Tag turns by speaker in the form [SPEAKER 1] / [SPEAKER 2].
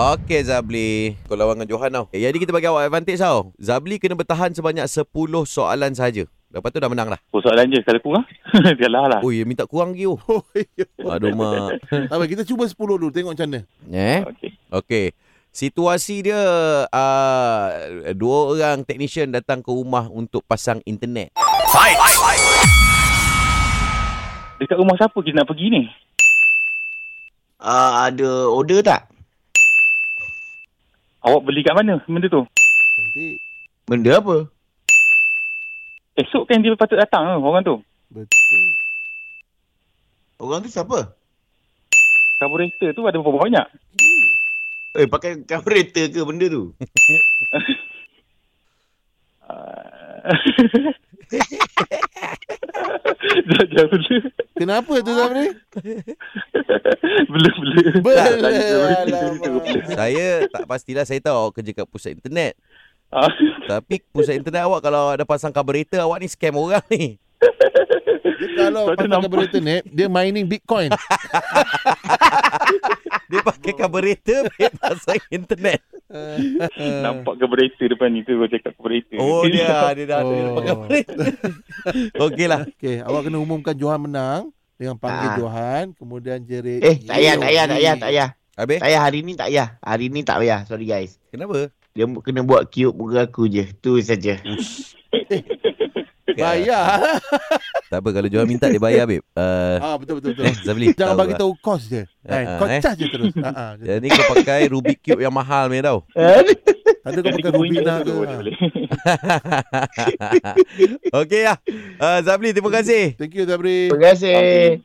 [SPEAKER 1] Okey Zabli. Kau lawan dengan Johan tau. Eh, jadi kita bagi awak advantage tau. Zabli kena bertahan sebanyak 10 soalan saja. Lepas tu dah menang dah.
[SPEAKER 2] Oh, soalan je sekali kurang. Kalah lah.
[SPEAKER 1] Oi, minta kurang lagi oh. Aduh mak.
[SPEAKER 3] Tak apa, kita cuba 10 dulu tengok macam mana.
[SPEAKER 1] Eh?
[SPEAKER 2] Okey.
[SPEAKER 1] Okey. Situasi dia uh, dua orang technician datang ke rumah untuk pasang internet.
[SPEAKER 2] Dekat rumah siapa kita nak pergi ni?
[SPEAKER 4] Uh, ada order tak?
[SPEAKER 2] Awak beli kat mana benda tu?
[SPEAKER 3] Cantik.
[SPEAKER 4] Benda apa?
[SPEAKER 2] Esok kan dia patut datang lah, orang tu.
[SPEAKER 3] Betul.
[SPEAKER 4] Orang tu siapa?
[SPEAKER 2] Karburator tu ada berapa banyak?
[SPEAKER 4] Eh, pakai carburetor ke benda tu?
[SPEAKER 2] Ah. Dah jauh dia.
[SPEAKER 3] Kenapa tu Zamri?
[SPEAKER 2] Bela bela.
[SPEAKER 3] Bela, alamak.
[SPEAKER 1] Saya tak pastilah saya tahu awak kerja kat pusat internet.
[SPEAKER 2] Ah.
[SPEAKER 1] Tapi pusat internet awak kalau ada pasang carburetor awak ni scam orang ni.
[SPEAKER 3] Dia kalau
[SPEAKER 2] Kau tu
[SPEAKER 3] pasang
[SPEAKER 2] nampak.
[SPEAKER 3] carburetor ni, dia mining Bitcoin.
[SPEAKER 1] Dia pakai carburetor dia pasang internet.
[SPEAKER 3] Ah,
[SPEAKER 2] Nampak karburator depan ni tu kau cakap karburator.
[SPEAKER 1] Oh dia dia dah oh. dia dah
[SPEAKER 3] Oh.
[SPEAKER 1] pakai carburetor. Okeylah.
[SPEAKER 3] Okey, awak kena umumkan Johan menang. Dengan panggil
[SPEAKER 4] Ah.
[SPEAKER 3] Johan, kemudian jerit.
[SPEAKER 4] Eh, tak payah, tak payah, tak payah, tak payah.
[SPEAKER 1] Habis
[SPEAKER 4] Tak payah, hari ni tak payah. Hari ni tak payah, sorry guys.
[SPEAKER 1] kenapa?
[SPEAKER 4] Dia bu- kena buat cube muka aku je. Tu saja.
[SPEAKER 3] Bayar.
[SPEAKER 1] Tak apa kalau Johan minta dia bayar babe. Uh,
[SPEAKER 3] ah, betul, betul, betul.
[SPEAKER 4] lah.
[SPEAKER 1] eh Zabli.
[SPEAKER 3] Jangan
[SPEAKER 1] tahu
[SPEAKER 3] bagi
[SPEAKER 1] tak?
[SPEAKER 3] tahu kos je. Kan?
[SPEAKER 1] Ah,
[SPEAKER 3] Kau
[SPEAKER 1] eh.
[SPEAKER 3] cas je terus. Ah, ah, je.
[SPEAKER 1] Yang ni kau pakai Rubik Cube yang mahal ni tau.
[SPEAKER 3] Tak ada kau pakai Rubina Ah. ke.
[SPEAKER 1] Okey lah. Uh, Zabli terima kasih.
[SPEAKER 3] Thank you Zabri.
[SPEAKER 4] Terima kasih.